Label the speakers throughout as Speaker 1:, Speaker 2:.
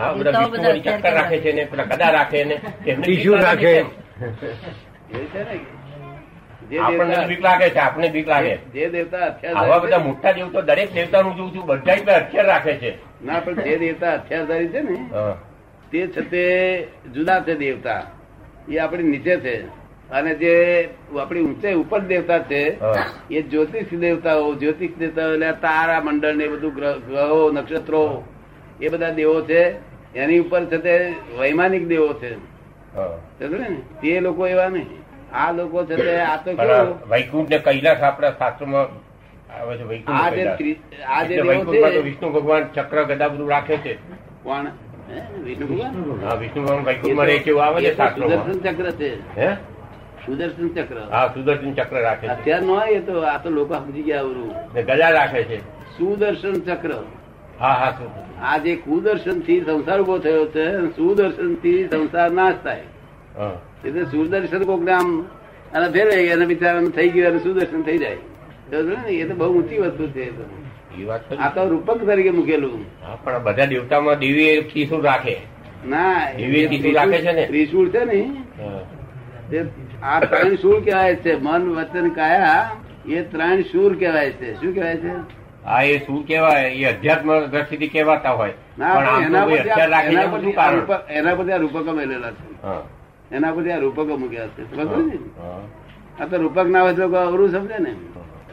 Speaker 1: હા બધા
Speaker 2: એ તો બધા
Speaker 1: વિષ્ણુવાળી ચક્કર રાખે છે ને પેલા કદા રાખે ને એમને બીક
Speaker 3: ત્રીજું
Speaker 1: લાગે છે.
Speaker 3: રાખે
Speaker 4: એવું
Speaker 1: આપણને
Speaker 4: છે ને જે દેવતા
Speaker 1: બીક લાગે છે આપણે બીક લાગે
Speaker 4: જે દેવતા હથિયારધારી
Speaker 1: આવા બધા
Speaker 4: છે ને,
Speaker 1: મોટા જેવું તો દરેક દેવતાનું જોઉં છું બધા જ બધા હથિયાર રાખે છે
Speaker 4: ના પણ જે દેવતા હથિયારધારી છે ને
Speaker 1: હા.
Speaker 4: તે છતે જુદા છે દેવતા એ આપણી નીચે છે અને જે આપણી ઊંચે ઉપર દેવતા છે
Speaker 1: હા.
Speaker 4: એ જ્યોતિષ દેવતાઓ જ્યોતિષ દેવતાઓ એટલે આ તારા મંડળ ને એ બધું ગ્રહ- ગ્રહો નક્ષત્રો એ બધા દેવો છે એની ઉપર છે તે વૈમાનિક દેવો છે
Speaker 1: હા.
Speaker 4: સમજ્યો ને તે લોકો એવા નહીં આ લોકો છે તે આ તો
Speaker 1: પણ આ
Speaker 4: કેવું
Speaker 1: વૈકુંઠ ને કૈલાસ આપણા શાસ્ત્રોમાં આવે છે વૈકુંઠ
Speaker 4: આ
Speaker 1: ને
Speaker 4: જે
Speaker 1: કૈલાસ.
Speaker 4: ત્રિ- આ જે
Speaker 1: એટલે
Speaker 4: દેવો
Speaker 1: વૈકુંઠમાં તો
Speaker 4: છે
Speaker 1: વિષ્ણુ ભગવાન ચક્ર ગદા બધું રાખે છે
Speaker 4: કોણ હે? વિષ્ણુ ભગવાન?
Speaker 1: હા વિષ્ણુ ભગવાન
Speaker 4: એ
Speaker 1: વૈકુંઠમાં રહે છે એવું આવે
Speaker 4: તો- એ
Speaker 1: છે
Speaker 4: તો
Speaker 1: શાસ્ત્રોમાં
Speaker 4: સુદર્શન ચક્ર છે
Speaker 1: હે
Speaker 4: સુદર્શન ચક્ર
Speaker 1: હા સુદર્શન ચક્ર રાખે છે
Speaker 4: અત્યાર નો એ તો આ તો લોકો સમજી ગયા આવરું
Speaker 1: ને ગદા રાખે છે
Speaker 4: સુદર્શન ચક્ર
Speaker 1: હા હા સુ-
Speaker 4: આ જે કુદર્શન થી સંસાર ઉભો થયો છે સુદર્શન થી સંસાર નાશ થાય
Speaker 1: હા.
Speaker 4: એટલે સુદર્શન કોક આમ અને ફેરે અને બિચારા થઈ ગયું અને સુદર્શન થઈ જાય સમજો ને? એ તો બહુ ઊંચી વસ્તુ છે એ તો.
Speaker 1: એ વાત ખરી.
Speaker 4: આ તો રૂપક તરીકે મૂકેલું
Speaker 1: હા પણ આ બધા દેવતામાં દેવી ત્રિશુળ રાખે
Speaker 4: ના એ
Speaker 1: એવી રીતે રાખે છે ને?
Speaker 4: ત્રિશુળ છે ને
Speaker 1: હા.
Speaker 4: તે આ ત્રણ શૂળ કહેવાય છે મન વચન કાયા એ ત્રણ શૂળ કહેવાય છે શું કહેવાય છે
Speaker 1: હા એ શું કેવાય એ અધ્યાત્મ દ્રષ્ટિથી કહેવાતા હોય પણ
Speaker 4: ના, પણ
Speaker 1: આમ તો
Speaker 4: એના
Speaker 1: કોઈ
Speaker 4: પરથી
Speaker 1: હથિયાર
Speaker 4: આ-
Speaker 1: રાખીને શું
Speaker 4: એના પરથી આ
Speaker 1: કારણ
Speaker 4: રૂપક- એના પરથી આ રૂપકો મેલેલા છે
Speaker 1: હા.
Speaker 4: એના પરથી આ રૂપકો મૂક્યા છે સમજ પડી ને?
Speaker 1: હા.
Speaker 4: આ તો રૂપક ના હોય તો લોકો અવરું સમજે ને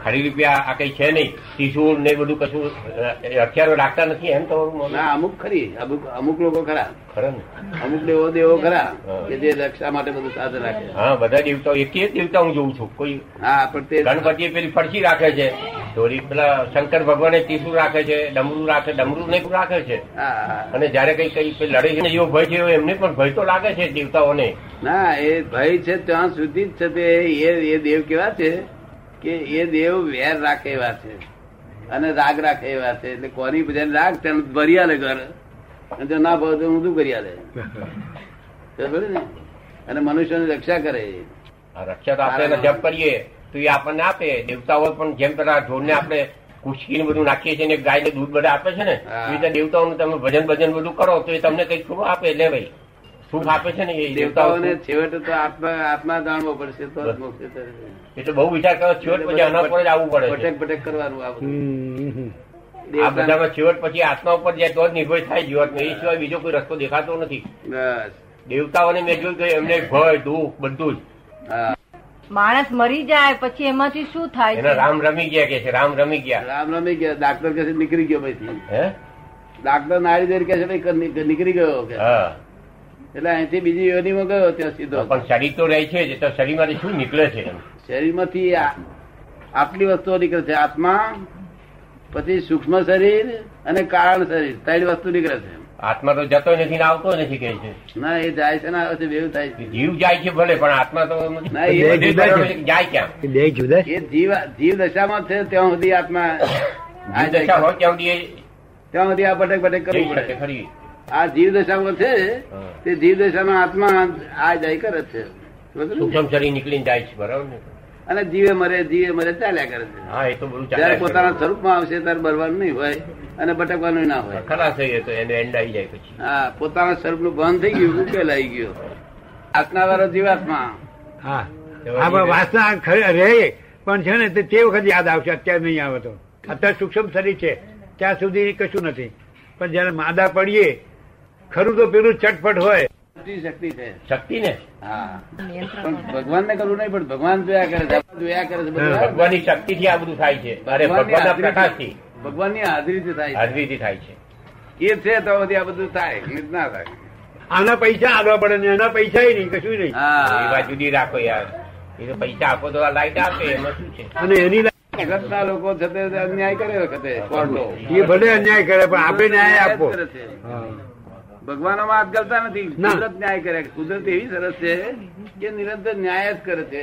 Speaker 1: ખાલી રૂપિયા આ કઈ છે નહીં ત્રિશુળ ને બધું કશું અ, એ હથિયારો રાખતા નથી એમ તમારું મન?
Speaker 4: ના અમુક ખરી અમુક અમુક લોકો ખરા
Speaker 1: ખરું ને
Speaker 4: અમુક દેવો દેવો ખરા
Speaker 1: હા.
Speaker 4: કે જે રક્ષા માટે બધું સાધન રાખે
Speaker 1: હા બધા દેવતાઓ એક જ દેવતા હું જોઉં છું કોઈ
Speaker 4: હા પણ તે
Speaker 1: ગણપતિ પેલી ફરસી રાખે છે થોડી પેલા શંકર ભગવાને ત્રિશુળ રાખે છે ડમરું રાખે ડમરું ને એવું રાખે છે
Speaker 4: હા, હા.
Speaker 1: અને જયારે કઈ કઈ પેલી લડે છે ને એવો ભય છે એવો એમને પણ ભય તો લાગે છે દેવતાઓને
Speaker 4: ના એ ભય છે ત્યાં સુધી જ છે તે એ એ દેવ કેવા છે કે એ દેવ વેર રાખે એવા છે અને રાગ રાખે એવા છે એટલે કોની બધાને રાગ તેને ભરી આલે ઘર અને જો ના ભાવ તો ઊંધું કરી આલે સમજ્યો ને અને મનુષ્યની રક્ષા કરે
Speaker 1: આ રક્ષા તો આપણે એને જપ કરીએ તો એ આપણને આપે દેવતાઓ પણ જેમ પેલા ઢોરને આપણે કુશકી ને બધું નાખીએ છીએ ને ગાય ને દૂધ બધા આપે છે ને
Speaker 4: હા.
Speaker 1: એ રીતે દેવતાઓનું તમે ભજન ભજન બધું કરો તો એ તમને કઈ સુખ આપે લે ભાઈ સુખ આપે છે ને એ દેવતાઓ
Speaker 4: દેવતાઓને છેવટે તો આત્મા આત્મા જાણવો પડશે તો જ મોક્ષ થશે.
Speaker 1: એ તો બહુ વિચાર કરો છેવટ પછી આના પર જ આવવું પડે છે
Speaker 4: ભટક ભટક કરવાનું આ બધું
Speaker 3: હમ.
Speaker 1: આ
Speaker 4: દેવતાને-
Speaker 1: બધામાં છેવટ પછી આત્મા ઉપર જાય તો જ નિર્ભય થાય જીવન એ સિવાય બીજો કોઈ રસ્તો દેખાતો નથી
Speaker 4: બસ.
Speaker 1: દેવતાઓને મેં જોયું કે એમને ભય દુઃખ બધું
Speaker 4: હા.
Speaker 2: માણસ મરી જાય પછી એમાંથી શું
Speaker 1: જ
Speaker 2: થાય
Speaker 1: એના
Speaker 2: છે
Speaker 1: રામ રમી ગયા કે છે રામ રમી ગયા
Speaker 4: રામ રમી ગયા ડાક્ટર કહે છે નીકળી ગયો પછી
Speaker 1: હે
Speaker 4: ડાક્ટર નાડી દેર કહે છે "ભાઈ, કર- નીક- નીકળી ગયો કે
Speaker 1: હા
Speaker 4: એટલે અહીંથી બીજી યોનીમાં ગયો ત્યાં સીધો
Speaker 1: પણ શરીર તો રહે છે જ, તો શરીરમાંથી શું નીકળે છે એમ
Speaker 4: શરીરમાંથી આ- આટલી વસ્તુઓ નીકળે છે આત્મા પછી સૂક્ષ્મ શરીર અને કારણ શરીર ત્રણ વસ્તુ નીકળે છે
Speaker 1: આત્મા તો જતો નથી ને આવતો નથી કે છે
Speaker 4: ના એ જાય છે ને આવે છે બેવું થાય છે
Speaker 1: જીવ જાય છે ભલે પણ આત્મા તો એમ
Speaker 4: ના, એ
Speaker 1: બધી
Speaker 3: જુદા છે.
Speaker 1: પરમાણુ જાય ક્યાં
Speaker 3: એ બે જુદા છે.
Speaker 4: એ જીવ જીવ દશામાં છે ત્યાં સુધી આત્મા આ
Speaker 1: જીવ
Speaker 4: જાય
Speaker 1: દશા
Speaker 4: છે.
Speaker 1: હોય ત્યાં સુધી એ
Speaker 4: ત્યાં સુધી આ ભટક ભટક
Speaker 1: જઈ
Speaker 4: કરવું
Speaker 1: શકે
Speaker 4: પડે
Speaker 1: ખરી
Speaker 4: આ જીવ દશામાં છે
Speaker 1: હા.
Speaker 4: તે જીવ દશામાં આત્મા આ જાય કરે છે બરોબર ને?
Speaker 1: સૂક્ષ્મ શરીર નીકળીને જાય છે બરાબર ને
Speaker 4: અને જીવે મરે જીવે મરે ચાલ્યા કરે છે
Speaker 1: હા એ તો બધું
Speaker 4: જયારે
Speaker 1: ચાલે
Speaker 4: પોતાના
Speaker 1: છે.
Speaker 4: સ્વરૂપમાં આવશે ત્યારે બરવાનું નહીં હોય અને ભટકવાનું ના હોય
Speaker 1: ખલાસ થઈ ગયો તો એનો એન્ડ આવી જાય પછી
Speaker 4: હા પોતાના સ્વરૂપનું ભાન થઈ ગયું ઉકેલ આવી ગયો આત્મા વાળો જીવાત્મા
Speaker 3: હા આમાં વાસના ખરે રહે પણ છે ને તે તે વખત યાદ આવશે અત્યારે નહીં આવે તો અત્યારે સૂક્ષ્મ શરીર છે ત્યાં સુધી કશું નથી પણ જયારે માદા પડીએ ખરું તો પેલું ચટપટ હોય
Speaker 4: શક્તિ શક્તિ છે
Speaker 1: શક્તિ ને
Speaker 4: હા પણ ભગવાનને કરવું નહીં પણ ભગવાન જોયા કરે છે આપણે જોયા કરે છે બધું
Speaker 1: ભગવાનની શક્તિ થી આ બધું થાય છે અરે ભગવાનના પ્રકાશ થી
Speaker 4: ભગવાનની હાજરીથી થાય
Speaker 1: હાજરીથી થાય છે
Speaker 4: છે એ છે તો બધી આ બધું થાય નહીં તો ના થાય
Speaker 3: આના પૈસા આલવા પડે ને એના પૈસા નહીં કશું નહીં
Speaker 1: એ વાત
Speaker 4: હા
Speaker 1: જુદી રાખો યાર એ તો પૈસા આપો તો આ લાઈટ આપે એમાં શું છે
Speaker 3: અને એની લા-
Speaker 4: જગતના લોકો છે તે અન્યાય કરે વખતે કોર્ટો
Speaker 3: એ ભલે અન્યાય કરે પણ આપણે ન્યાય આપો
Speaker 4: કરે છે.
Speaker 3: હા.
Speaker 4: ભગવાનો માં હાથ ગલતા નથી
Speaker 3: ના.
Speaker 4: કુદરત ન્યાય કરે કુદરત એવી સરસ છે કે નિરંતર ન્યાય જ કરે છે